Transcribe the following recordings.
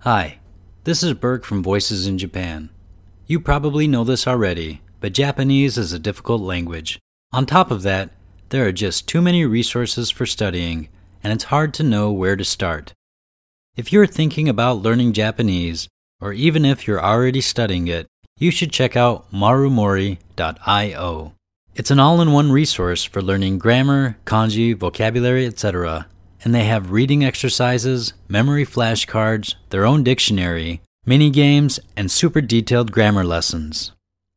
Hi, this is Berg from Voices in Japan. You probably know this already, but Japanese is a difficult language. On top of that, there are just too many resources for studying, and it's hard to know where to start. If you're thinking about learning Japanese, or even if you're already studying it, you should check out marumori.io. It's an all in one resource for learning grammar, kanji, vocabulary, etc., and they have reading exercises, memory flashcards, their own dictionary, mini games, and super detailed grammar lessons.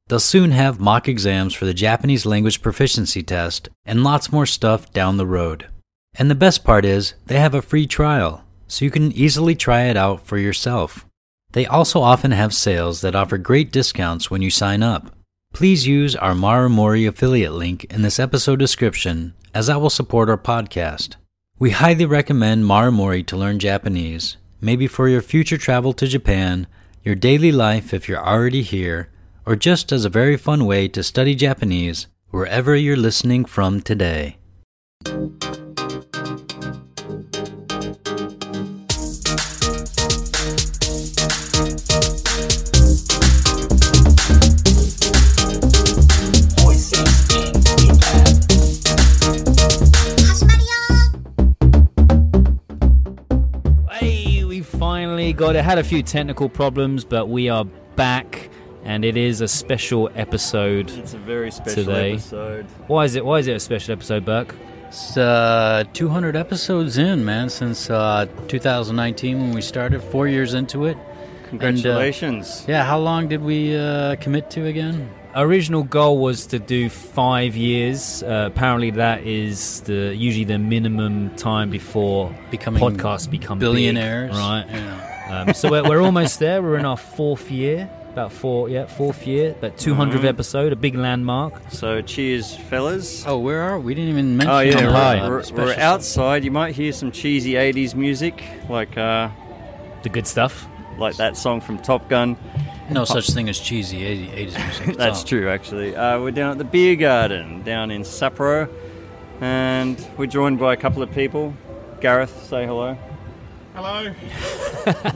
They'll soon have mock exams for the Japanese language proficiency test and lots more stuff down the road. And the best part is, they have a free trial, so you can easily try it out for yourself. They also often have sales that offer great discounts when you sign up. Please use our Mara Mori affiliate link in this episode description, as I will support our podcast. We highly recommend Mara Mori to learn Japanese, maybe for your future travel to Japan, your daily life if you're already here, or just as a very fun way to study Japanese wherever you're listening from today. Hey, we finally got it. Had a few technical problems, but we are back, and it is a special episode. It's a very special Today. uh, episode. Why is it? Why is it a special episode, Burke? It's uh, 200 episodes in, man, since uh, 2019 when we started, four years into it. Congratulations. Yeah, how long did we uh, commit to again? Original goal was to do five years. Uh, apparently, that is the usually the minimum time before Becoming podcasts become big, Billionaires. right? Yeah. Um, so we're, we're almost there. We're in our fourth year, about four, yeah, fourth year, about 200th episode, a big landmark. So cheers, fellas. Oh, where are we? We didn't even mention Oh yeah, our- Kampai. we're, we're- Special we're stuff. outside. You might hear some cheesy '80s music, like uh, The good stuff. like that song from Top Gun. No such thing as cheesy 80s music. It's That's all- true, actually. Uh, we're down at the beer garden down in Sapporo, and we're joined by a couple of people. Gareth, say hello. Hello.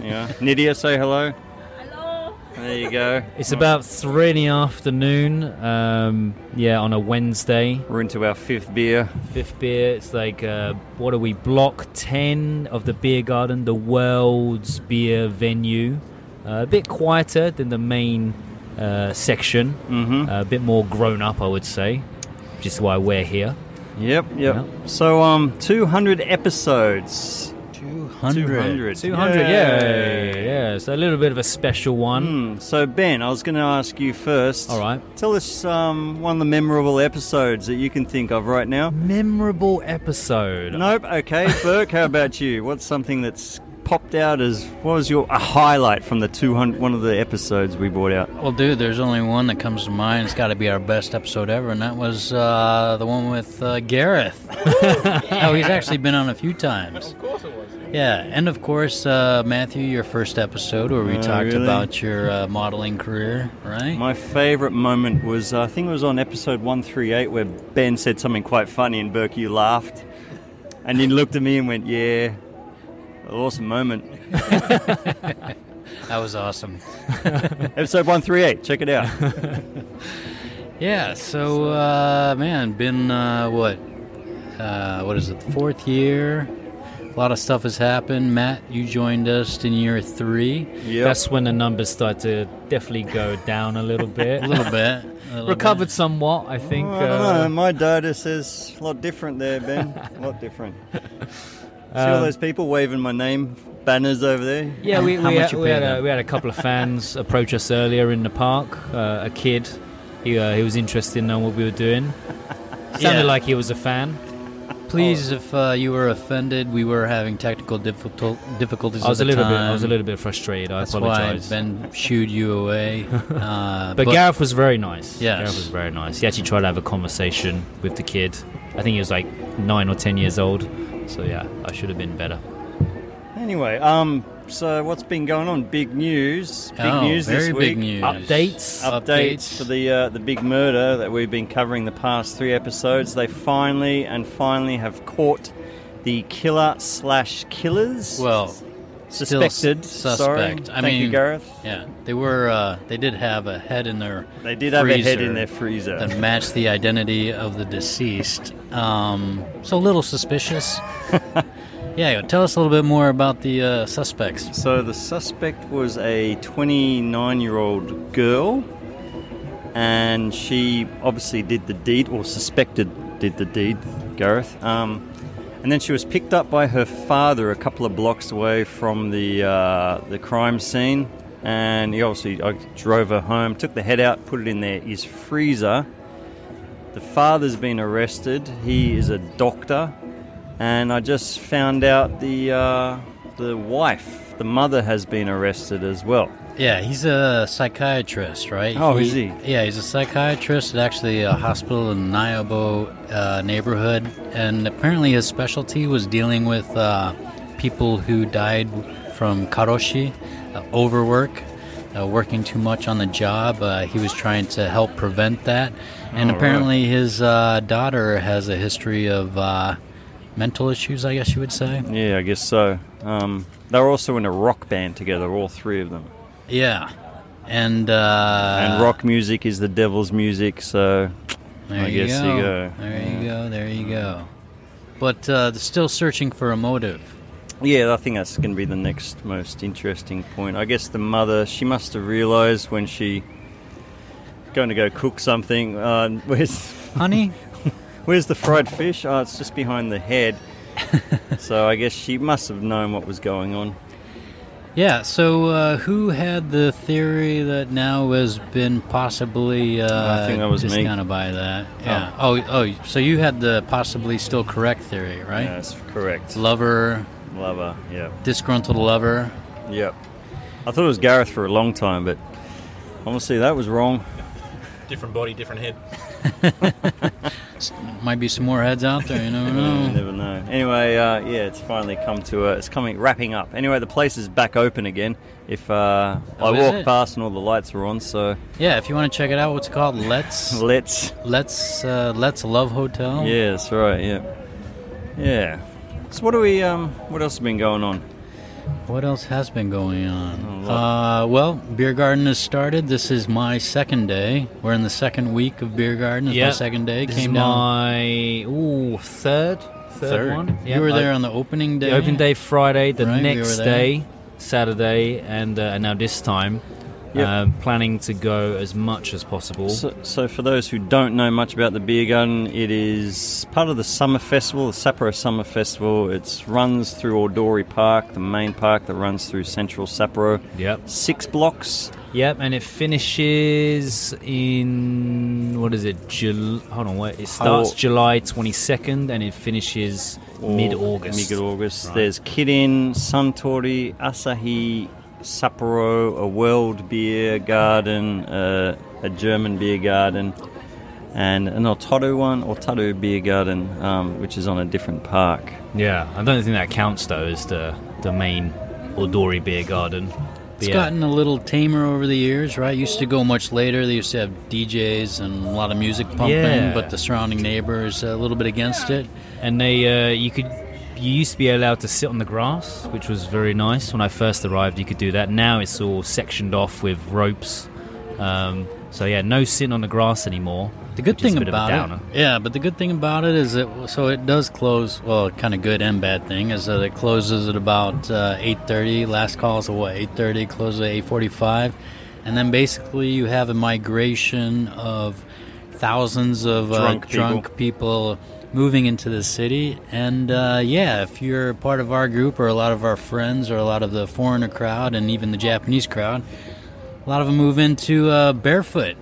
yeah. Nydia, say hello. Hello. There you go. It's about three in the afternoon. Um, yeah, on a Wednesday. We're into our fifth beer. Fifth beer. It's like uh, what are we? Block ten of the beer garden, the world's beer venue. Uh, a bit quieter than the main uh, section. Uh, Mm-hmm. a bit more grown up, I would say. Which is why we're here. Yep, yep. Yep. So, um, 200 episodes. 200. 200, yeah, yeah. So a little bit of a special one. Hmm, so, Ben, I was going to ask you first. All right. Tell us um, one of the memorable episodes that you can think of right now. Memorable episode. Nope. Okay, Burke. How about you? What's something that's popped out as what was your a highlight from the 200 one of the episodes we brought out? Well, dude, there's only one that comes to mind. It's got to be our best episode ever, and that was uh, the one with uh, Gareth. oh, he's actually been on a few times. Of course it was. Yeah, and of course, uh, Matthew, your first episode where we Oh, talked really? about your uh, modeling career, right? My favourite moment was uh, I think it was on episode 138 where Ben said something quite funny and Burke you laughed and then looked at me and went, "Yeah, awesome moment." that was awesome. Episode 138. Check it out. Yeah, so uh, man, been uh, what? Uh, what is it? The fourth year. A lot of stuff has happened. Matt, you joined us in year three, Yep. That's when the numbers start to definitely go down a little bit. a little bit. a little Recovered somewhat, I think. I don't know. uh, My data says a lot different there, Ben. a lot different. See all Uh, Um, those people waving my name banners over there. yeah, we, How we, much had, you we, had pay a, them? we had a couple of fans approach us earlier in the park. Uh, a kid, he, uh, he was interested in knowing what we were doing. Sounded Yeah. like he was a fan. bit. Please, Oh. if uh, you were offended, we were having technical difficult difficulties. I was a at the little bit I time. was a little bit frustrated. I That's why apologise. Ben shooed you away. Uh, But, Gareth was very nice. Yes. Gareth was very nice. He actually tried to have a conversation with the kid. I think he was like nine or ten years old. So yeah, I should have been better. Anyway, um, so what's been going on? Big news. Big oh, news very this big week. news. Updates. Updates, Updates. for the uh, the big murder that we've been covering the past three episodes. They finally and finally have caught the killer slash killers. Well, Still s- Suspected. Sorry. suspect. I Thank mean, you, Gareth. Yeah, they were. Uh, they did have a head in their. They did have a head in their freezer. that matched the identity of the deceased. Um, so a little suspicious. yeah, tell us a little bit more about the uh, suspects. So the suspect was a 29 year old girl, and she obviously did the deed, or suspected did the deed, Gareth. Um, and then she was picked up by her father a couple of blocks away from the uh, the crime scene, and he obviously uh, drove her home, took the head out, put it in there his freezer. The father's been arrested. He is a doctor, and I just found out the uh, the wife, the mother, has been arrested as well. Yeah, he's a psychiatrist, right? Oh, is he? Yeah, he's a psychiatrist at actually a hospital in Niobo uh, neighborhood, and apparently his specialty was dealing with uh, people who died from karoshi, uh, overwork, uh, working too much on the job. Uh, he was trying to help prevent that, and All Oh, right. apparently his uh, daughter has a history of uh, mental issues, I guess you would say. Yeah, I guess so. Um, they were also in a rock band together, all three of them. Yeah, and uh, And rock music is the devil's music, so There I you guess go. you go. There you go. There you go. But uh, they're still searching for a motive. Yeah, I think that's going to be the next most interesting point. I guess the mother, she must have realised when she going to go cook something. Uh, where's Honey, where's the fried fish? Oh, it's just behind the head. so I guess she must have known what was going on. Yeah, so uh, who had the theory that now has been possibly uh, I think that was me. discounted by that? Yeah. Oh. oh, so you had the possibly still correct theory, right? Yeah, that's correct. Lover, Lover. Yeah. disgruntled lover. Yep. I thought it was Gareth for a long time, but honestly, that was wrong. Different body, different head. Might be some more heads out there, you never You know. never know. Anyway, uh, yeah, it's finally come to a, it's coming wrapping up. Anyway, the place is back open again. If uh, Oh, I is walked it? past and all the lights were on, so yeah, if you want to check it out, what's it called? Let's let's. Let's uh, Let's Love Hotel. Yeah, that's right. Yeah, yeah. So what do we? Um, what else has been going on? What else has been going on? Oh, A Uh, well, Beer Garden has started. This is my second day. We're in the second week of Beer Garden. It's my second day. This Came is down my ooh third third, one. you were I- there on the opening day. The open day Friday, the Right, we next were there. day Saturday, and uh, now this time, Yep. um, planning to go as much as possible. So, so for those who don't know much about the beer garden, it is part of the summer festival, the Sapporo Summer Festival. It runs through Ordori Park, the main park that runs through central Sapporo. yep, Six blocks. yep, and it finishes in what is it? Jul- hold on, wait. It starts How- July twenty second, and it finishes mid August. Mid August. Right. There's Kirin, Suntory, Asahi, Sapporo, a world beer garden, uh, a German beer garden, and an Otaru one, Otaru beer garden, um, which is on a different park. Yeah, I don't think that counts though as the the main Odori beer garden. But It's yeah. gotten a little tamer over the years, right? Used to go much later. They used to have DJs and a lot of music pumping, Yeah. but the surrounding neighbors a little bit against it. and they uh, you could you used to be allowed to sit on the grass, which was very nice when I first arrived. You could do that. Now it's all sectioned off with ropes. Um, so yeah, no sitting on the grass anymore. The good which is thing a bit about of a downer. it, yeah, but the good thing about it is that so it does close. Well, kind of good and bad thing is that it closes at about uh, eight thirty. Last calls at what eight thirty. Closes at eight forty-five, and then basically you have a migration of thousands of uh, Drunk people. drunk people moving into the city. And uh, yeah, if you're part of our group or a lot of our friends or a lot of the foreigner crowd and even the Japanese crowd, a lot of them move into uh, barefoot.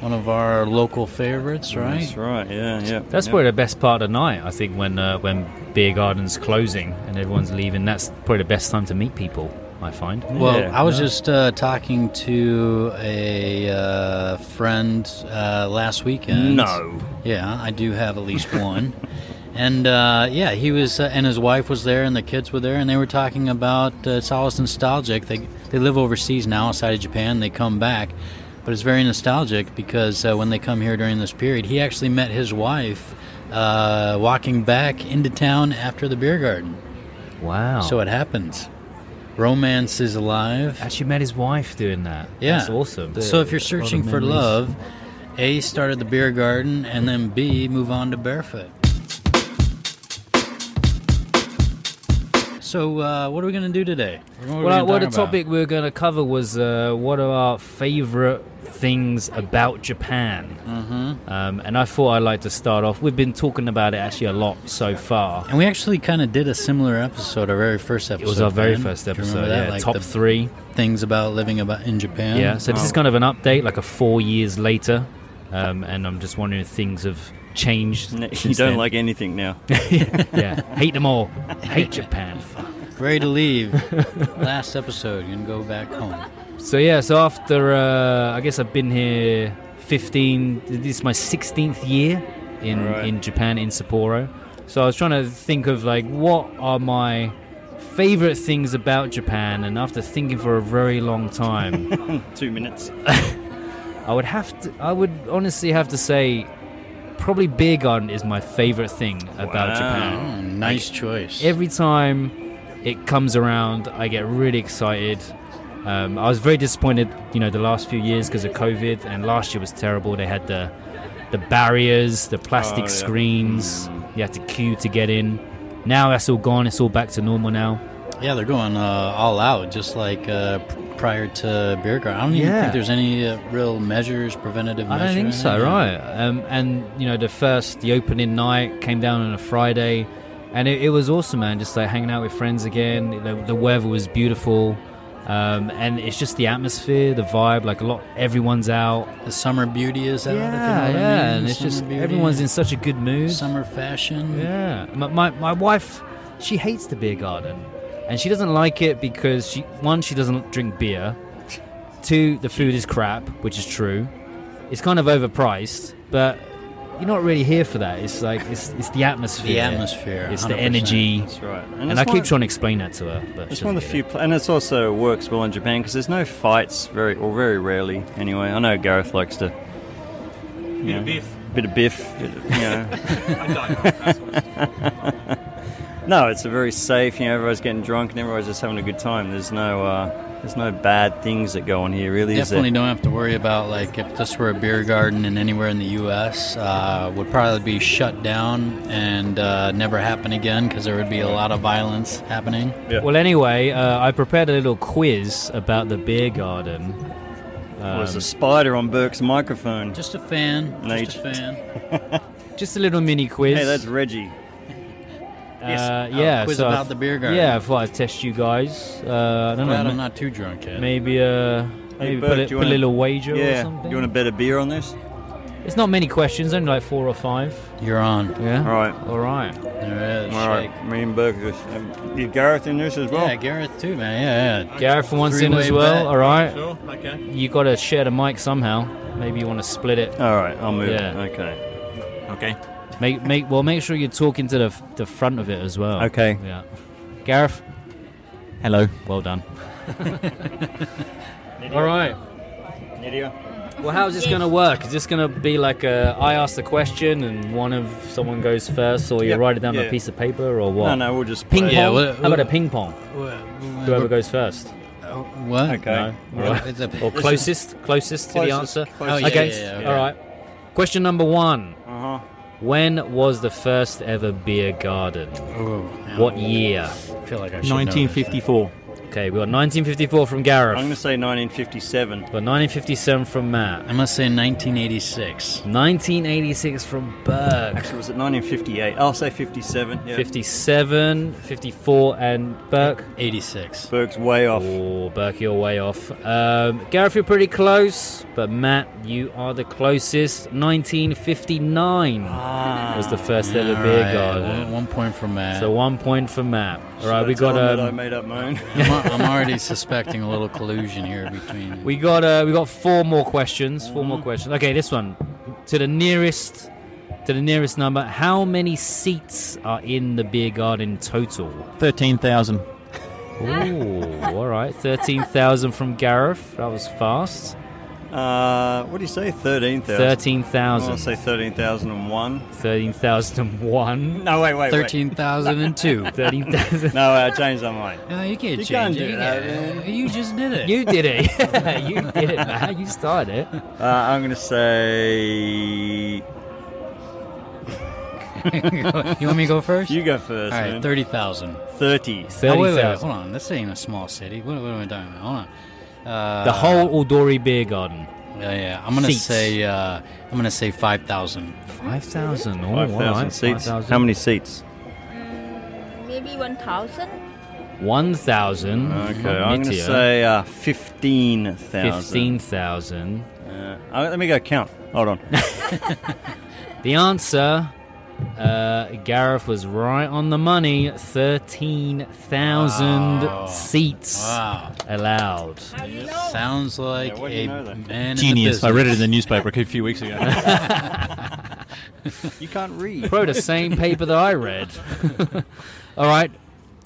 One of our local favorites, right? That's right, yeah, yeah. That's yeah. probably the best part of the night. I think when uh, when beer gardens closing and everyone's leaving, that's probably the best time to meet people. I find. Well, Yeah, I was no. just uh, talking to a uh, friend uh, last weekend. No. Yeah, I do have at least one. and uh, yeah, he was, uh, and his wife was there, and the kids were there, and they were talking about uh, it's always nostalgic. They they live overseas now, outside of Japan. They come back, but it's very nostalgic because uh, when they come here during this period, he actually met his wife uh, walking back into town after the beer garden. Wow. So it happens. Romance is alive. Actually, met his wife doing that. Yeah. that's awesome. So if you're A lot of searching for memories. love, A, start at the beer garden, and then B, move on to barefoot. So, uh, what are we going to do today? What are we Well, gonna what the talk about? topic we were going to cover was uh, what are our favorite things about Japan. Mm-hmm. Um, and I thought I'd like to start off. We've been talking about it actually a lot so far. And we actually kind of did a similar episode, our very first episode. It was our very Ben. first Do you remember episode. that? Yeah, Like top the Oh. three. things about living about in Japan. Yeah, so this is kind of an update, like a four years later, um, and I'm just wondering if things have changed. No, you since don't then. like anything now. yeah, hate them all. Hate Japan. ready to leave. Last episode, you can go back home. So yeah, so after uh, I guess I've been here 15. This is my 16th year in Right. in Japan in Sapporo. So I was trying to think of like what are my favorite things about Japan, and after thinking for a very long time. Two minutes. I would have to. I would honestly have to say, probably beer garden is my favorite thing about Wow. Japan. Oh, nice choice. Every time it comes around, I get really excited. Um, I was very disappointed, you know, the last few years because of COVID, and last year was terrible. They had the the barriers, the plastic Oh, yeah. Mm. screens. You had to queue to get in. Now that's all gone. It's all back to normal now. yeah, they're going uh, all out, just like uh, p- prior to beer garden. I don't even Yeah. think there's any uh, real measures, preventative I measures. don't think so, or anything. right? Um, and you know, the first the opening night came down on a Friday, and it, it was awesome, man. Just like hanging out with friends again. The, the weather was beautiful, um, and it's just the atmosphere, the vibe. Like a lot, everyone's out. The summer beauty is out. if you know what I mean. and The it's summer just beauty, everyone's in such a good mood. summer fashion. Yeah, my, my my wife, she hates the beer garden, and she doesn't like it because she one she doesn't drink beer, two the food is crap, which is true. It's kind of overpriced, but you're not really here for that. It's like it's it's the atmosphere, The atmosphere, it's the 100%. energy, That's right. and, it's I keep one- trying to explain that to her. But It's she one of the doesn't few, get pla- and it's also works well in Japan because there's no fights very or very rarely. Anyway, I know Gareth likes to Bit Yeah. of biff. bit of biff. Bit of, you know. I don't. That's what it is. no, it's a very safe. You know, everybody's getting drunk and everybody's just having a good time. There's no uh, there's no bad things that go on here, really. is there? Definitely don't have to worry about like if this were a beer garden in anywhere in the U.S. Uh, would probably be shut down and uh, never happen again because there would be a lot of violence happening. it. Well, anyway, uh, I prepared a little quiz about the beer garden. was Uh, a spider on Burke's microphone. Just a fan. No, just a you- fan. Just a little mini quiz. hey, that's Reggie. Yes. Uh, Oh, yeah, quiz so I about f- the beer garden. Yeah, I thought I'd test you guys. Uh, I don't Glad know. I'm not too drunk yet. Maybe uh, Hey, maybe Bert, put, do a, you put a wanna- little wager or yeah, something. you want a better beer on this? It's not many questions, only like four or five. You're on. Yeah. All right. All right. There it is. All right, Shake. me and Burke. um, Is Gareth in this as well? Yeah, Gareth too, man. Yeah, yeah. Gareth for once in Three-way as well. bet. All right. Sure. Okay. You got to share the mic somehow. Maybe you want to split it. All right, I'll move. Yeah. Okay. Okay. Make make well. Make sure you're talking to the f- the front of it as well. Okay. Yeah. Gareth, Hello. well done. All right. Lydia. Well, how's this going to work? Is this going to be like a, I ask the question and one of someone goes first, or you Yeah, write it down on yeah. a piece of paper, or what? No, no, we'll just Ping play. pong. Yeah, what- How about a ping pong? Uh, Whoever What? goes first, Uh, What? Okay. No. What? Alright. It's a- or closest, closest to the Closest, answer. closest. Oh, yeah, okay. yeah, yeah, All right. Question number one: Uh huh. When was the first ever beer garden? Ooh, man, What year? I feel like I should know this. 1954. Okay, we got 1954 from Gareth. I'm going to say 1957. We got 1957 from Matt. I must say 1986. 1986 from Berg. Actually, was it 1958? I'll say 57. Yeah. 57, 54, and Burke. 86. Burke's way off. Oh, Burke, you're way off. Um, Gareth, you're pretty close, but Matt, you are the closest. 1959 Ah, was the first ever beer Alright, garden. One, one point from Matt. So one point for Matt. All right, Should I we tell got them that I um, made up my own. I'm, al- I'm already suspecting a little collusion here between. we got uh, we got four more questions. 4 Mm. more questions. Okay, this one to the nearest to the nearest number. How many seats are in the beer garden total? 13,000. Ooh, all right. 13,000 from Gareth. That was fast. Uh, what do you say? 13,000? I want to 13,000. say 13,001. 13,001. No, wait, wait, wait. 13,002. 13,000. No, uh, I changed my mind. No, you can't You change can't it. do you, that, can't- man. you just did it. You did it. you did it, man. You started it. Uh, I'm going to say. You want me to go first? You go first. All right, man. 30,000. Oh, 30. wait, wait, wait, 30,000. hold on. This ain't a small city. What, what am I talking about? Hold on. Uh, The whole Aldori Beer Garden. Yeah, yeah. I'm gonna seats. say. Uh, I'm gonna say five thousand. 5,000. Oh, 5,000 alright, seats. 5,000. How many seats? Maybe 1,000? 1,000. Okay, I'm going to Mitya. say uh, 15,000. 15,000. Uh, uh, let me go count. Hold on. The answer, uh, Gareth was right on the money. 13,000 Wow. seats Wow. allowed. How do you know? Sounds like Yeah, what do you a know then? man Genius. I In the read it in the newspaper a few weeks ago. you can't read. Probably the same paper that I read. All right.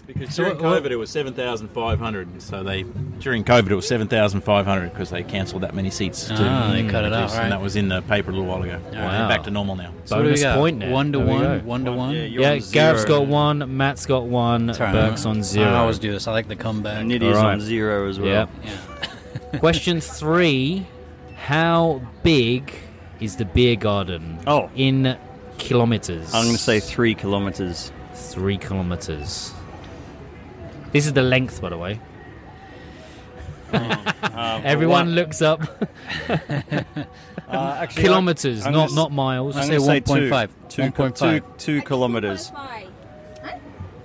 Because So during what- COVID what- it was 7,500, and so they During COVID, it was 7,500 because they cancelled that many seats. To Ah, they cut it Mm. out, reduce, And right. that was in the paper a little while ago. Wow. Back to normal now. business. So what do we bonus got? point now. One to There we one. go. One to one. yeah, you're Yeah, on Gareth's zero. got one, Matt's got one, Sorry, Burke's Ah, I- on zero. I always do this. I like the comeback. And it is Alright. on zero as well. Yeah. Yeah. Question three How big is the beer garden Oh. in kilometers? I'm going to say three kilometers. Three kilometers. This is the length, by the way. Uh, Everyone Uh, one- looks up Uh, actually, kilometers, I'm not gonna s- not miles. I'm say going to say 1.5. 2. 1.5. 2, two kilometers. 2.5.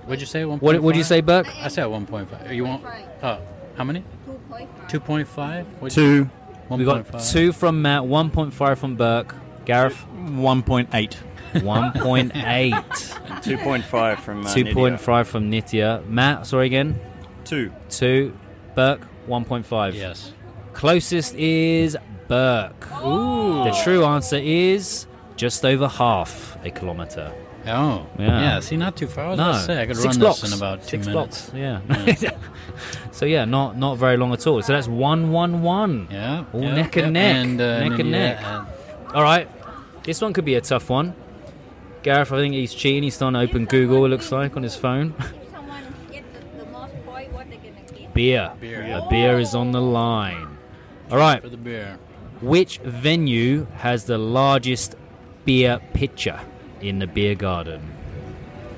What'd you say? One. What would you say, Burke? I said one point five. You want? Oh, how many? 2.5. Two point five. Two. We got two from Matt, one point five from Burke, Gareth, 1.8. one point eight, 2.5 from uh, two point Nydia. five from Nitya, Matt. Sorry again, Two. two, Burke, one point five. Yes. Closest is Burke. Ooh. The true answer is just over half a kilometer. Oh. Yeah. Yeah. See, not too far. I was No, gonna say I could six run blocks. this in about two six minutes. blocks. Yeah. so yeah, not not very long at all. So that's one one one. Yeah. All yeah, neck yeah. and neck. And, uh, neck and yeah, neck. uh, All right, this one could be a tough one. Gareth, I think he's cheating. He's starting to open Google. It looks like on his phone. If someone get the, the most point, what they going to get? Beer. Beer. A beer is on the line. All right. for the beer. Which venue has the largest beer pitcher in the beer garden?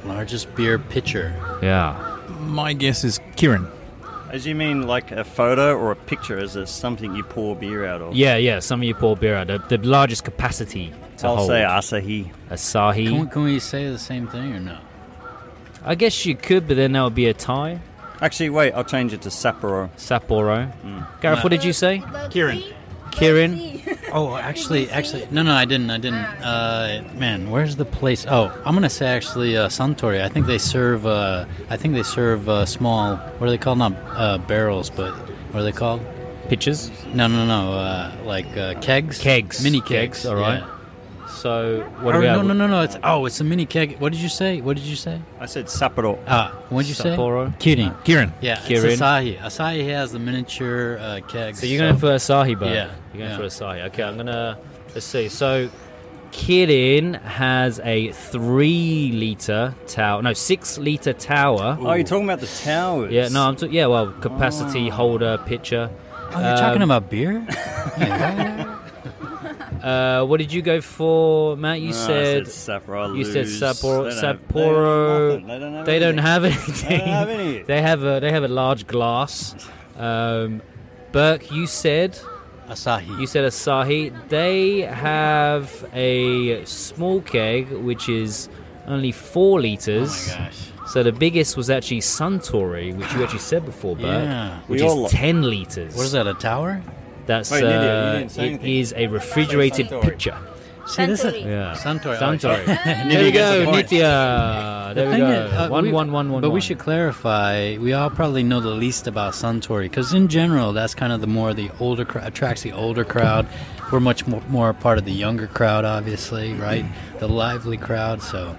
Largest beer pitcher. Yeah. My guess is Kieran. As you mean like a photo or a picture? Is it something you pour beer out of? Yeah, yeah. Some of you pour beer out. The, the largest capacity to I'll hold. say uh, Asahi. Asahi. Can we, can we say the same thing or no? I guess you could, but then that would be a tie. Actually, wait, I'll change it to Sapporo. Sapporo. Mm. Gareth, what did you say? Kieran. Kieran. Oh, actually, actually, no, no, I didn't, I didn't. Uh, man, where's the place? Oh, I'm gonna say actually uh, Suntory. I think they serve. Uh, I think they serve uh, small. What are they called? Not uh, barrels, but what are they called? Pitchers. No, no, no. Uh, like uh, kegs. Kegs. Mini kegs. All right. yeah. So what Or, do we Oh, no, have? no, no, no. It's oh, it's a mini keg. What did you say? What did you say? I said Sapporo. Ah, what did you Sapporo. say? Kidding. Kieran. Yeah, Kirin. it's Asahi. Asahi has the miniature uh, kegs. So you're going for Asahi, but Yeah, you're going yeah. for Asahi. Okay, I'm gonna let's see. So Kirin has a three liter tower, no six liter tower. Oh, you're talking about the towers? Yeah, no, I'm t- yeah, well, capacity holder pitcher. Oh, you're talking about beer? Uh, what did you go for, Matt? You No, Ah, I said, Sapporo. I you said lose. Sapporo. They don't- Sapporo. They don't have. nothing. They don't have anything. They don't have any. They have a they have a large glass. Um, Burke, you said Asahi. You said Asahi. They have a small keg which is only four liters. Oh my gosh. So the biggest was actually Suntory, which you actually said before, Bert, Yeah. which We is all lo- ten liters. What is that? A tower? That's Wait, Lydia, you uh, didn't say it anything. is a refrigerated Suntory. pitcher. See, this is- Yeah, Suntory. Suntory. there Lydia gets we go, the point. Nitya. There we Thing go. is, uh, one, we- one, one, one. But we one. should clarify. We all probably know the least about Suntory because, in general, that's kind of the more the older cr- attracts the older crowd. We're much more, more part of the younger crowd, obviously, right? The lively crowd. So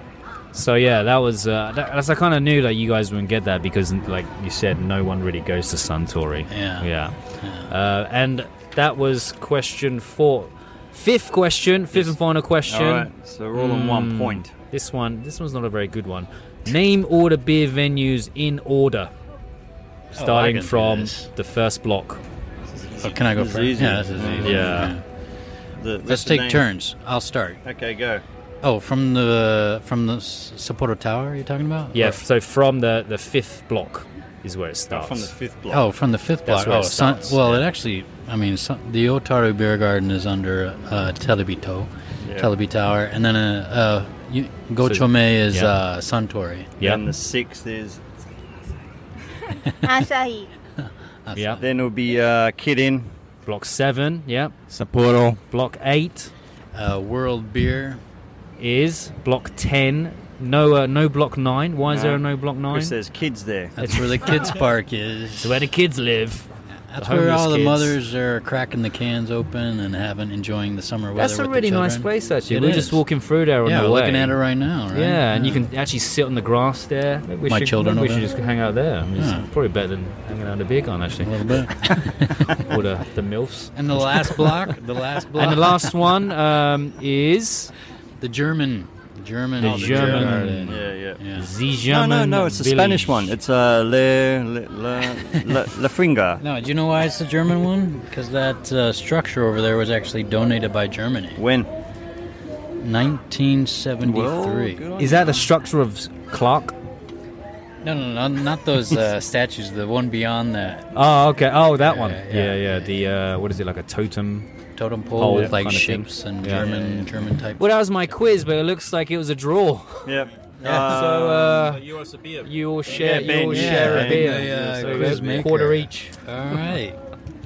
So yeah, that was. Uh, that, that's, I kind of knew that you guys wouldn't get that because, like you said, no one really goes to Suntory. Yeah. Yeah. Uh, and That was question four. Fifth question, fifth and final question. All right, so we're all on Hmm. one point. This one, this one's not a very good one. Name order beer venues in order, Oh, starting can do from this. the first block. Oh, can I go This is first? easy. Yeah, this is easy. Yeah. The- Let's what's the take name? turns. I'll start. Okay, go. Oh, from the from the S- Sapporo Tower you're talking about? Yeah, Or- so from the the fifth block is where it starts. From the fifth block. Oh, from the fifth That's block. where Oh, it sun, starts, well, it yeah. actually, I mean, sun, the Otaru Beer Garden is under uh, Telebito, Yeah. Telebi Tower, and then uh, uh, you, Gochome is yeah. uh, Suntory. yeah, And the sixth is Asahi. yeah. then it'll be uh, Kid In. Block seven, yeah. Sapporo. Block eight Uh, World Beer. is block ten. No, uh, no block nine. Why is No. there no block nine? Chris, there's kids there. That's where the kids' park is. So where the kids live. That's the where homeless all the kids. mothers are cracking the cans open and having enjoying the summer weather. That's a with the really nice children. place, actually. It We're is. just walking through there on Yeah, the we're way. looking at it right now. Right? Yeah, and you can actually sit on the grass there. Maybe we My should, children maybe we will should do. just hang out there. I mean, it's Yeah. probably better than hanging out in a beer garden, a actually, little bit. or the, the milfs. And the last block, the last block, And the last one um, is the German, German, The oh, German. German. Yeah, yeah. yeah. the No, German. no, no, it's the village. Spanish one. It's uh, Le, Le, Le, Le, Le Fringa. No, do you know why it's the German one? Because that uh, structure over there was actually donated by Germany, When? E 1973. good No, on Is that the structure of Clark? no, no, not those uh, statues. The one beyond that Oh, okay. Oh, that one. Yeah, Yeah, yeah, yeah. The uh, what is it like a totem? totem Pole Oh, pole with like kind of thing. ships and Yeah. German, German type. Well, that was my quiz, but it looks like it was a draw. Yep. so uh, you are severe. you all share, Yeah, you all Ben, share yeah, a beer. Ben, yeah, so quiz a maker. quarter each. All right.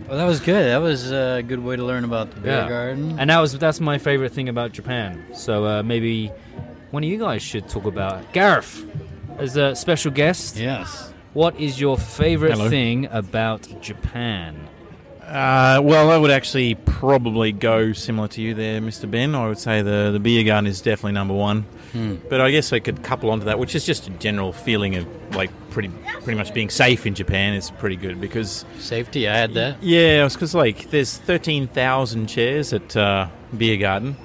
Well, that was good. That was uh, a good way to learn about the beer garden. And that was that's my favorite thing about Japan. So uh, maybe one of you guys should talk about Gareth as a special guest. yes. What is your favorite Hello. thing about Japan? Uh, well, I would actually probably go similar to you there, Mr. Ben. I would say the, the beer garden is definitely number one. But I guess I could couple onto that, which is just a general feeling of like pretty pretty much being safe in Japan is pretty good because Safety. I had that. yeah, it's because like there's thirteen thousand chairs at uh, beer garden,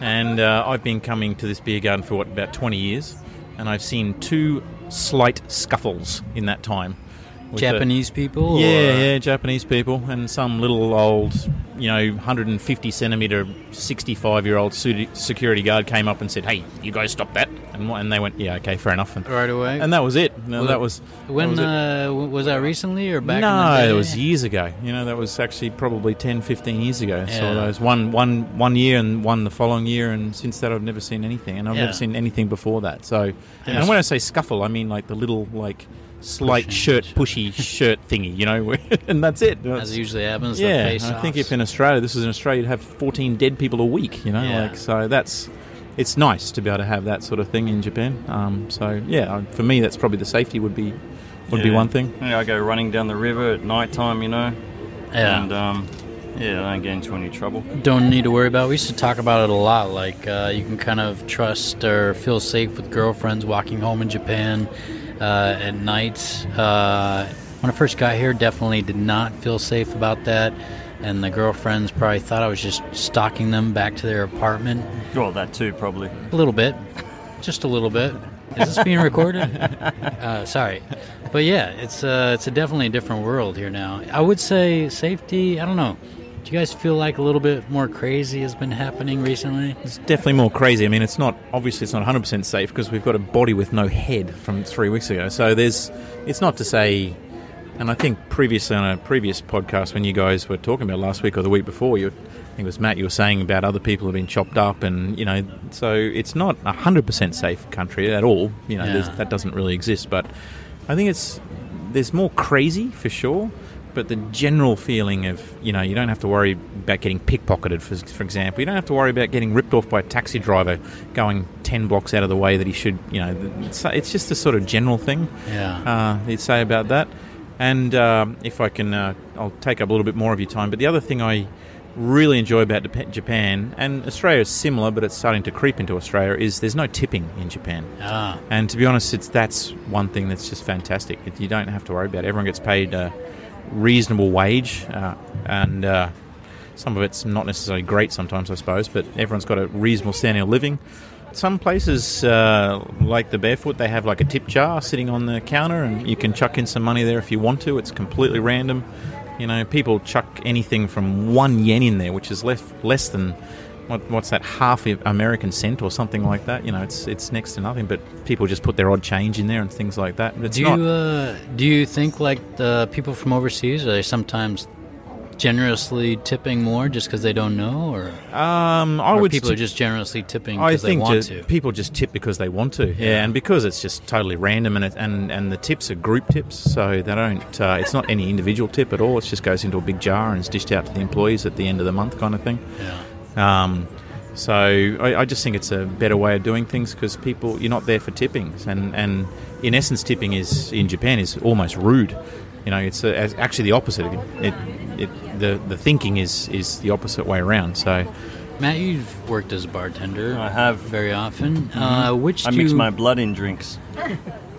and uh, I've been coming to this beer garden for what about twenty years, and I've seen two slight scuffles in that time. with the- Japanese people. yeah, or- uh, yeah, Japanese people and some little old, you know, 150 centimeter, 65 year old su- security guard came up and said, "Hey, you guys stop that!" And, wha- and they went, "Yeah, okay, fair enough." And, Right away. and that was it. No, Well, that was when that was it. uh, w- was that recently or back? no, in the day? it was years ago. You know, that was actually probably 10, 15 years ago. I Yeah. saw those one, one, one year and one the following year, and since that I've never seen anything, and I've Yeah. never seen anything before that. So, it's- and when I say scuffle, I mean like the little like slight shirt pushy shirt thingy, you know, where- and that's it. As usually happens. the yeah, face I think if in Australia, this is in Australia, you'd have 14 dead people a week. You know, Yeah. like so that's. It's nice to be able to have that sort of thing in Japan. Um, so yeah, I- for me, that's probably the safety would be would be Yeah. one thing. Yeah, I go running down the river at night time, you know. yeah. And, um, yeah, I don't get into any trouble. don't need to worry about. We used to talk about it a lot. Like uh, you can kind of trust or feel safe with girlfriends walking home in Japan uh, at night. Uh, when I first got here, definitely did not feel safe about that, and the girlfriends probably thought I was just stalking them back to their apartment. Well, that too, probably. A little bit, just a little bit. Is this being recorded? Uh, sorry, but yeah, it's uh, it's a definitely a different world here now. I would say safety. I don't know. Do you guys feel like a little bit more crazy has been happening recently? It's definitely more crazy. I mean, it's not obviously it's not 100 percent safe because we've got a body with no head from three weeks ago. So there's, it's not to say, and I think previously on a previous podcast when you guys were talking about last week or the week before, you, I think it was Matt, you were saying about other people have been chopped up, and you know, so it's not a 100 percent safe country at all. You know, Yeah. there's, that doesn't really exist. But I think it's there's more crazy for sure. But the general feeling of, you know, you don't have to worry about getting pickpocketed, for, for example. You don't have to worry about getting ripped off by a taxi driver going 10 blocks out of the way that he should, you know. th- It's, it's just a sort of general thing Yeah. uh, you'd say about that. And um, if I can, uh, I'll take up a little bit more of your time. But the other thing I really enjoy about Dep- Japan, and Australia is similar, but it's starting to creep into Australia, is there's no tipping in Japan. Ah, And to be honest, it's that's one thing that's just fantastic. It, you don't have to worry about it. everyone gets paid a reasonable wage, uh, and uh, Some of it's not necessarily great sometimes, I suppose, but everyone's got a reasonable standard of living. Some places, uh, like the Barefoot, they have like a tip jar sitting on the counter, and you can chuck in some money there if you want to. It's completely random. You know, people chuck anything from one yen in there, which is less less than what, what's that half a American cent or something like that. You know, it's it's next to nothing. But people just put their odd change in there and things like that. It's Do you not, uh, do you think like the people from overseas are they sometimes generously tipping more just because they don't know, or, um, I or would people sti- are just generously tipping I Mm. because they think want ju- to? people just tip because they want to, yeah. and because it's just totally random, and it, and and the tips are group tips, so they don't. Uh, it's not any individual tip at all. It just goes into a big jar and is dished out to the employees at the end of the month, kind of thing. yeah. Um, so I, I just think it's a better way of doing things because people you're not there for tippings, and and in essence, tipping is in Japan is almost rude. You know, it's, uh it's actually the opposite. It, it the the thinking is is the opposite way around. So. Matt, you've worked as a bartender. I have. very often. Uh, which I do mix you- my blood in drinks.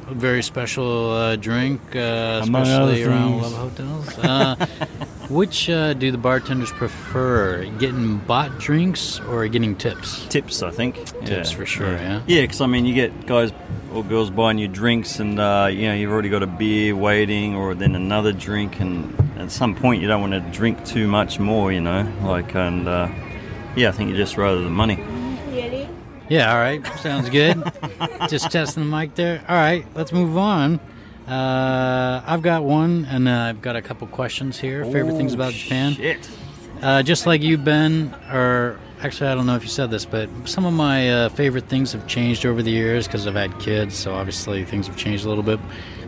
very special uh, drink, uh, Among other especially around love things. hotels. Uh, which uh, do the bartenders prefer, getting bought drinks or getting tips? Tips, I think. Tips for sure, yeah. Yeah, because I mean, you get guys or girls buying you drinks, and uh, you know you've already got a beer waiting, or then another drink, and at some point you don't want to drink too much more, you know. Like, and uh, yeah, I think you just rather the money. Really? Yeah, all right, sounds good. Just testing the mic there. All right, let's move on. Uh, I've got one, and uh, I've got a couple questions here. Favorite things Oh, about Japan? Shit. Uh, just like you, Ben, or actually, I don't know if you said this, but some of my uh, favorite things have changed over the years because I've had kids, so obviously things have changed a little bit.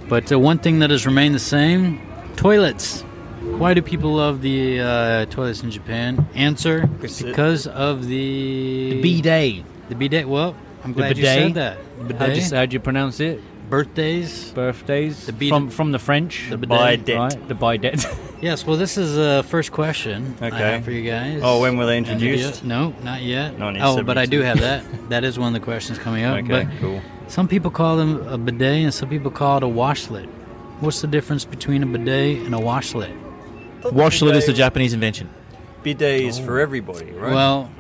But uh, one thing that has remained the same toilets. Why do people love the uh, toilets in Japan? Answer because of uh, the day. The bidet. Well, I'm glad you bidet. said that. How do Bidet. you, how do you pronounce it? Birthdays. Birthdays. The bidet. from from the French. The bidet. Bidet. Right. The bidet. Yes, well, this is uh, first question I Okay. have for you guys. Oh, when were they And if introduced? you- no, not yet. 1972. Oh, but I do have that. that is one of the questions coming up. Okay, but cool. some people call them a bidet and some people call it a washlet. What's the difference between a bidet and a washlet? Washlet is the Japanese invention. Bidet is for everybody, right? Well,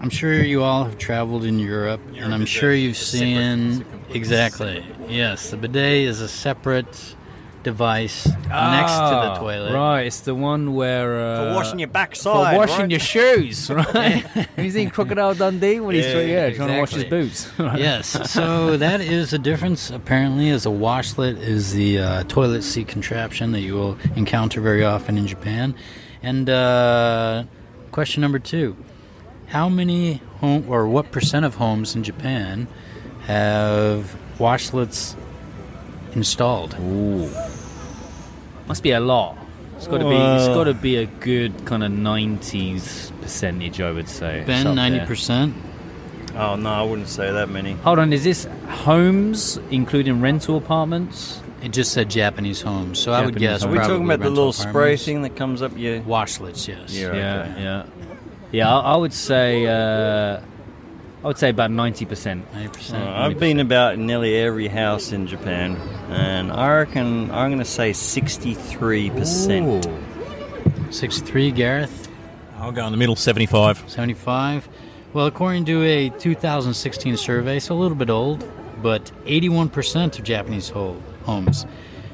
I'm sure you all have traveled in Europe, and I'm is sure a- you've it's separate. seen It's a completely exactly. Yes, the bidet is a separate device next to the Ah, toilet. Right, it's the one where uh, for washing your for backside. washing right? your shoes, right? he's in Crocodile Dundee when he's Yeah, trying, yeah, trying to wash his exactly. boots. yes. So that is the difference. Apparently, is a washlet is the uh, toilet seat contraption that you will encounter very often in Japan. And uh, question number two: How many home or what percent of homes in Japan have washlets installed? Must be a lot. It's got to be. It's got to be a good kind of nineties percentage, I would say. It's Ben, up there. ninety percent. Oh no, I wouldn't say that many. Hold on, is this homes including rental apartments? It just said Japanese homes, so I would Japanese guess. homes. Are we talking probably about the rental little spray apartments. thing that comes up your? Washlets, yes. Yeah. Yeah, Okay. yeah, yeah. I, I would say. Uh, I would say about ninety percent. Ninety percent. Uh, I've been about nearly every house in Japan, and I reckon I'm going to say 63%. Sixty-three, Gareth. I'll go in the middle, 75. 75. Well, according to a 2016 survey, so a little bit old, but 81% of Japanese ho- homes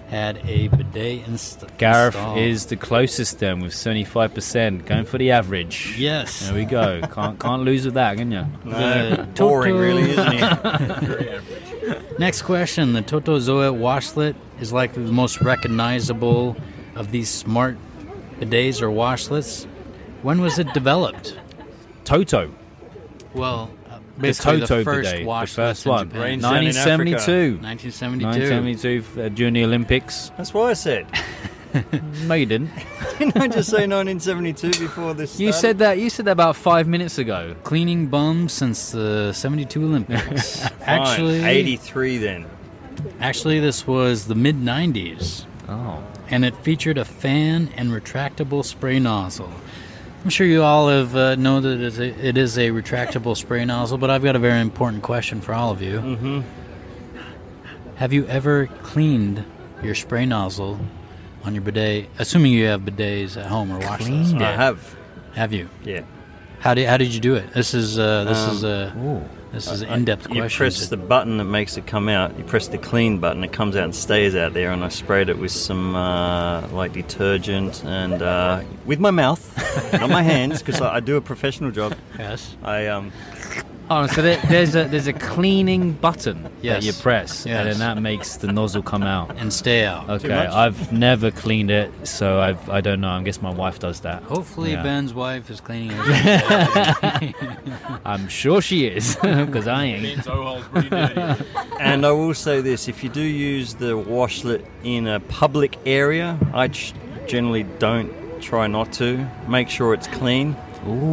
had a bidet inst- Gareth installed. is the closest then with seventy five percent, going for the average. Yes. There we go. Can't can't lose with that, can you? The Boring, Toto- really, isn't it? Next question. The Totozoa washlet is likely the most recognizable of these smart bidets or washlets. When was it developed? Toto. Well, uh, The basically Toto the first bidet. The washlet first in one. Japan. Rains down in 1972. 1972. 1972 uh, during the Olympics. That's why I said. Maiden. Didn't I just say 1972 before this? You started? said that you said that about five minutes ago. Cleaning bums since the 72 Olympics. Fine, actually, 83 then. Actually, this was the mid 90s, Oh. and it featured a fan and retractable spray nozzle. I'm sure you all have uh, know that it is, a, it is a retractable spray nozzle, but I've got a very important question for all of you. Mm-hmm. Have you ever cleaned your spray nozzle on your bidet? Assuming you have bidets at home or washless. Cleaned I have. Have you? Yeah. How did How did you do it? This is uh, this Um, is a this Uh, is an in depth You question. press the button that makes it come out. You press the clean button, it comes out and stays out there. And I sprayed it with some uh, like detergent and uh, with my mouth, not my hands, because I, I do a professional job. yes. I um, Oh, so there, there's a there's a cleaning button Yes. that you press, and Yes. then that makes the nozzle come out. And stay out. Okay, I've never cleaned it, so I've I don't know. I guess my wife does that. Hopefully, Yeah. Ben's wife is cleaning. Her I'm sure she is, because I ain't. Ben's O-hole's pretty dirty. and I will say this: if you do use the washlet in a public area, I ch- generally don't try not to. Make sure it's clean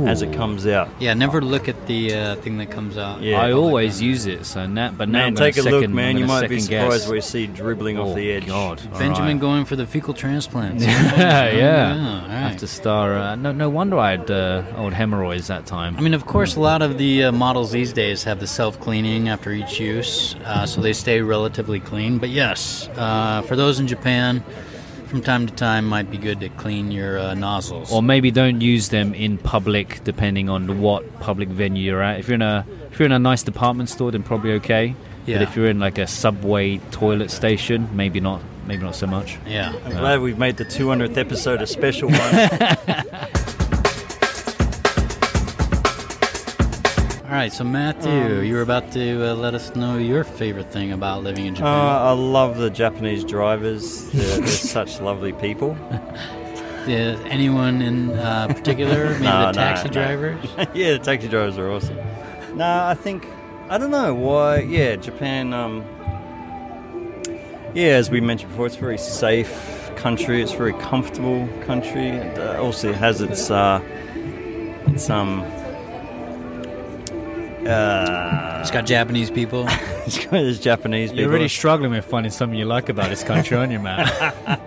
as it comes out. yeah, never look at the uh, thing that comes out. Yeah. I always use it, so now, but now Man, I'm gonna take a second, look, man. I'm You gonna might be second surprised guess. what you see dribbling oh, off the edge. God, all Benjamin right. going for the fecal transplants. Oh, yeah, yeah. all right. After Star, uh, no, no wonder I had uh, old hemorrhoids that time. I mean, of course, a lot of the uh, models these days have the self-cleaning after each use, uh, so they stay relatively clean. But yes, uh, for those in Japan, from time to time, might be good to clean your uh, nozzles. or maybe don't use them in public depending on what public venue you're at if you're in a if you're in a nice department store then probably okay Yeah. but if you're in like a subway toilet station maybe not maybe not so much yeah. I'm Uh. glad we've made the 200th episode a special one. All right. So Um, Matthew, you were about to uh, let us know your favorite thing about living in uh, Japan. I love the Japanese drivers. They're, they're such lovely people. Yeah, anyone in uh, particular? Maybe Uh, No, the no, taxi no. Uh, drivers. yeah, the taxi drivers are awesome. No, I think I don't know why. Yeah, Japan. Um, yeah, as we mentioned before, it's a very safe country. It's a very comfortable country. And, uh, also, it has its uh, its um. Uh, It's got Japanese people. it's got those Japanese people. struggling with finding something you like about this country aren't you man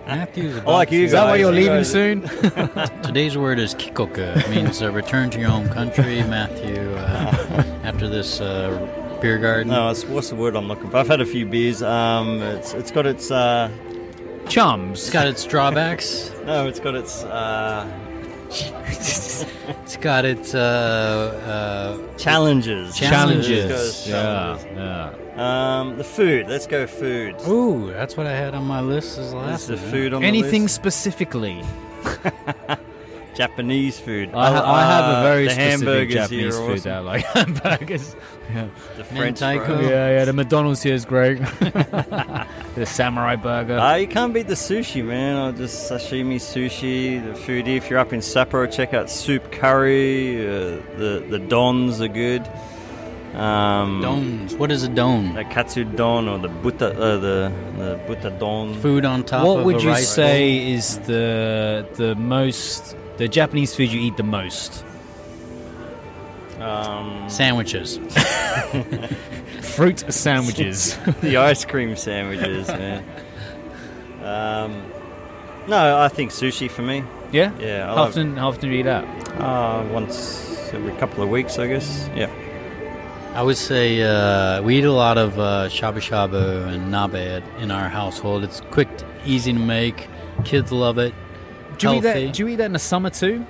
Matthew's I like you guys. You guys- soon Today's word is kikoku. It means uh, return to your home country, Matthew. Uh, after this uh, beer garden. No, it's, what's the word I'm looking for? I've had a few beers. Um, it's it's got its uh, chums It's got its drawbacks. no, it's got its uh, It's got its uh, uh, challenges. Challenges. It's got its um, yeah challenges. yeah Um, the food. Let's go food. ooh. That's what I had on my list as That's last. the food on anything the list. specifically Japanese food. Uh, I, I have a very the specific hamburgers here Japanese are food awesome. that I like hamburgers yeah The French Mentaiko. fries. Yeah, yeah, the McDonald's here is great. the samurai burger. Ah, you can't beat the sushi, man. Or just sashimi sushi, the food. If you're up in Sapporo, check out soup curry. Uh, the the dons are good. Um, Dones. What is a done? the katsu don or the buta uh, the the buta don. food on top. what of would a you rice say is the the most the Japanese food you eat the most? Um, bowl? Sandwiches. Fruit sandwiches. the ice cream sandwiches, man. Um, no, I think sushi for me. yeah. Yeah, I How love- often how often do you eat that? Uh, once every couple of weeks, I guess. Yeah. I would say uh, we eat a lot of uh, shabu shabu and nabe at, in our household. It's quick, to- easy to make. Kids love it. Do you eat Healthy. that? Do you eat that in the summer too?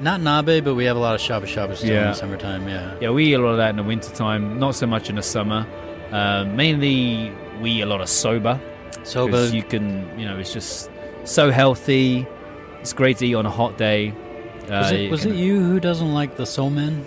Not nabe, but we have a lot of shabu shabu still in Yeah. the summertime. Yeah. Yeah, we eat a lot of that in the wintertime. Not so much in the summer. Uh, mainly, we eat a lot of soba. Soba. Because you can, you know, it's just so healthy. It's great to eat on a hot day. Uh, was it, was can- it you who doesn't like the somen?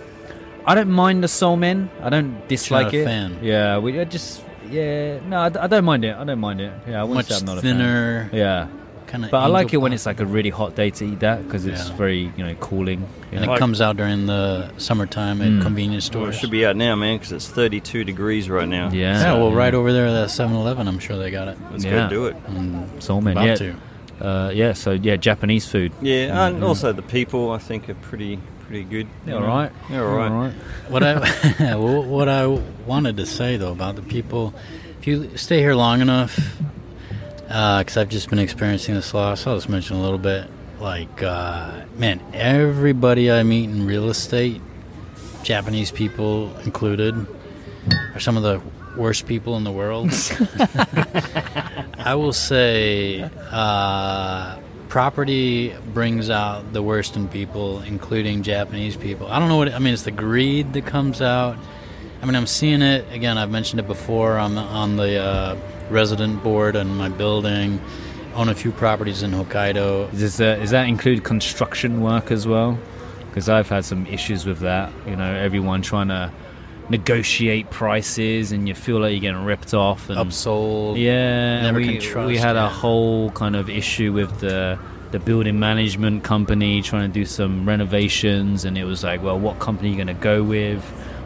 I don't mind the somen. I don't dislike not a it. fan. Yeah, we I just yeah. No, I, d- I don't mind it. I don't mind it. Yeah, I wouldn't Much say I'm not thinner. a fan. Yeah, Kind of. but I like it when it's like a really hot day to eat that because it's Yeah. very you know cooling. And it Yeah. Mm. comes out during the summertime at convenience Well, it stores. should be out now, man, because it's 32 degrees right now. yeah, Yeah, well, right over there at that 7 Eleven, I'm sure they got it. Let's Yeah. Mm. go do it. somen. About yeah, to. Uh, yeah. So yeah, Japanese food. Yeah, and also the people, I think, are pretty pretty good. Mm-hmm. Yeah, all right. Yeah, all right. What I what I wanted to say though about the people, if you stay here long enough, because I've just been experiencing this loss. I'll just mention a little bit. Like, uh, man, everybody I meet in real estate, Japanese people included, are some of the worst people in the world. I will say, uh, property brings out the worst in people, including Japanese people. I don't know what I mean. It's the greed that comes out. I mean, I'm seeing it again. I've mentioned it before. I'm on the uh, resident board on my building. Own a few properties in Hokkaido. Does, this, uh, does that include construction work as well? Because I've had some issues with that. You know, everyone trying to negotiate prices, and you feel like you're getting ripped off. And Upsold. yeah, Never we, can trust, we had yeah. a whole kind of issue with the the building management company trying to do some renovations, and it was like, well, what company are you going to go with?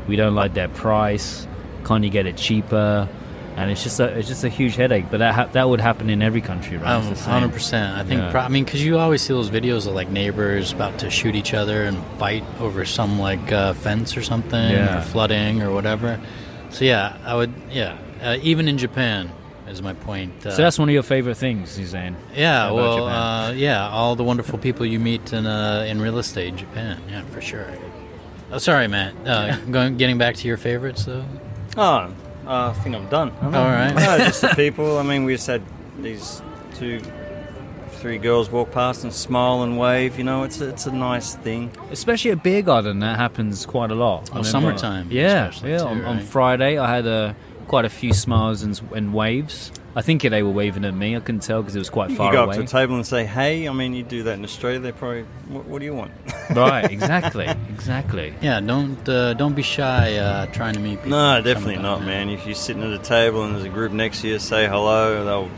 We don't like their price. Can't you get it cheaper? And it's just a it's just a huge headache. But that ha- that would happen in every country, right? It's the same. Um, Oh, Hundred percent. I think. Yeah. Pro- I mean, because you always see those videos of like neighbors about to shoot each other and fight over some like uh, fence or something, Yeah. or flooding or whatever. So yeah, I would. Yeah, uh, even in Japan is my point. Uh, So that's one of your favorite things, you're saying? yeah. about Well, Japan. uh, yeah, all the wonderful people you meet in uh, in real estate in Japan. Yeah, for sure. Oh, sorry, Matt. Uh, going, getting back to your favorites though. Oh, uh, I think I'm done. Oh. I'm All right. No, just the people. I mean, we just had these two, three girls walk past and smile and wave. You know, it's a, it's a nice thing. Especially at beer garden, that happens quite a lot. I Oh, remember- summertime Yeah, especially yeah. too, on, on right? Friday, I had uh, quite a few smiles and, and waves. I think they were waving at me. I couldn't tell because it was quite You far go away. up to a table and say, "Hey." I mean, you do that in Australia. They probably, what, what do you want? right, exactly, exactly. Yeah, don't uh, don't be shy uh, trying to meet people. no, definitely Something. not, man. If you're sitting at a table and there's a group next to you, say hello. They'll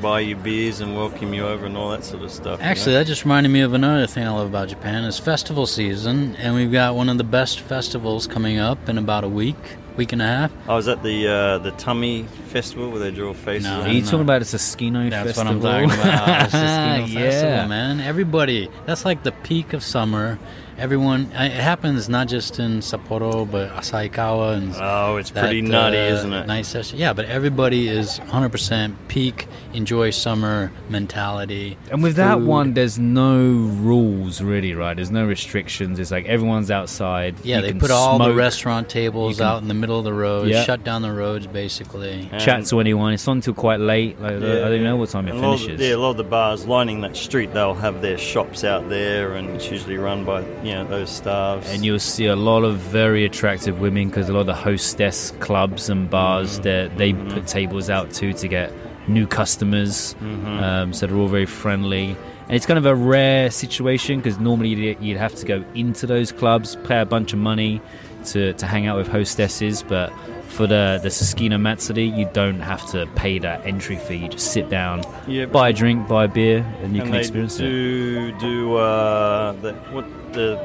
buy you beers and welcome you over and all that sort of stuff. you know? Actually, that just reminded me of another thing I love about Japan is festival season, and we've got one of the best festivals coming up in about a week, week and a half. I was at the uh, the Tummy Festival where they draw faces. No. Are on you it. know. talking about a Saskino That's festival? what I'm talking about. It's the Skino yeah. Festival, man. Everybody, that's like the peak of summer. Everyone, it happens not just in Sapporo, but Asahikawa and Oh, it's that, pretty nutty, uh, isn't it? Night session. Yeah, but everybody is 100% peak, enjoy summer mentality. And with that Food. one, there's no rules really, right? There's no restrictions. It's like everyone's outside. Yeah, You they can put all the smoke, restaurant tables can- out in the middle of the road, Yeah. shut down the roads basically. chat to anyone. It's on till quite late. Like, I don't even know what time it And a lot of the- finishes. yeah, a lot of the bars lining that street, they'll have their shops out there, and it's usually run by you know those staffs. and you'll see a lot of very attractive women because a lot of the hostess clubs and bars Mm-hmm. that they put tables out to to get new customers Mm-hmm. um, so they're all very friendly and it's kind of a rare situation because normally you'd- you'd have to go into those clubs pay a bunch of money to, to hang out with hostesses but for the, the Saskino Matsuri, you don't have to pay that entry fee. You just sit down, Yep. buy a drink, buy a beer, and you And can they experience it. do do uh, the, what the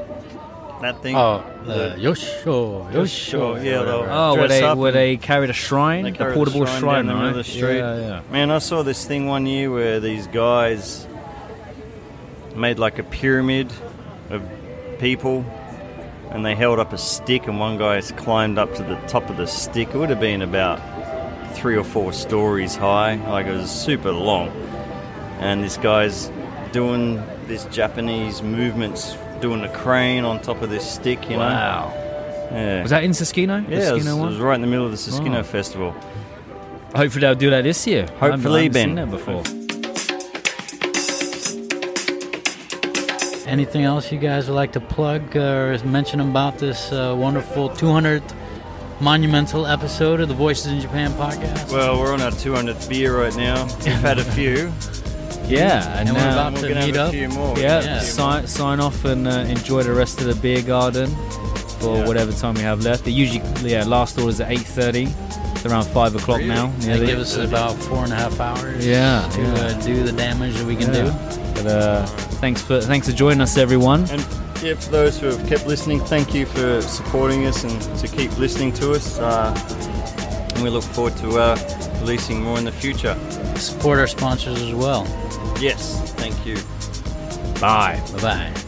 that thing? Oh, The- uh, Yosho, Yosho, Yosho. yeah, whatever. though. Oh, where dress they up where and- they carried a shrine, They a carry the portable shrine shrine, down the middle right? of the street. Yeah, yeah. Man, I saw this thing one year where these guys made like a pyramid of people and they held up a stick and one guy's climbed up to the top of the stick. It would have been about three or four stories high, like it was super long. And this guy's doing this Japanese movements, doing a crane on top of this stick, you Wow. know. Yeah. Was that in Saskino? The yeah, it was, Saskino it one? was right in the middle of the Siskino Oh. Festival. Hopefully they'll do that this year. I haven't- Hopefully, I haven't Ben. seen that before. Anything else you guys would like to plug uh, or mention about this uh, wonderful 200th monumental episode of the Voices in Japan podcast? Well, we're on our 200th beer right now. We've had a few. Yeah, and, And we're now- about- we're to gonna meet have up. a few more. yeah, Yeah. Sign, sign off and uh, enjoy the rest of the beer garden for Yeah. whatever time we have left. It usually, yeah, last order's at eight thirty. It's around five o'clock now. They nearly. give us about four and a half hours Yeah, to Uh, do the damage that we can Yeah. do. But, uh, thanks for thanks for joining us, everyone. And yeah, for those who have kept listening, thank you for supporting us and to keep listening to us. Uh, and we look forward to uh, releasing more in the future. Support our sponsors as well. Yes, thank you. Bye. Bye bye.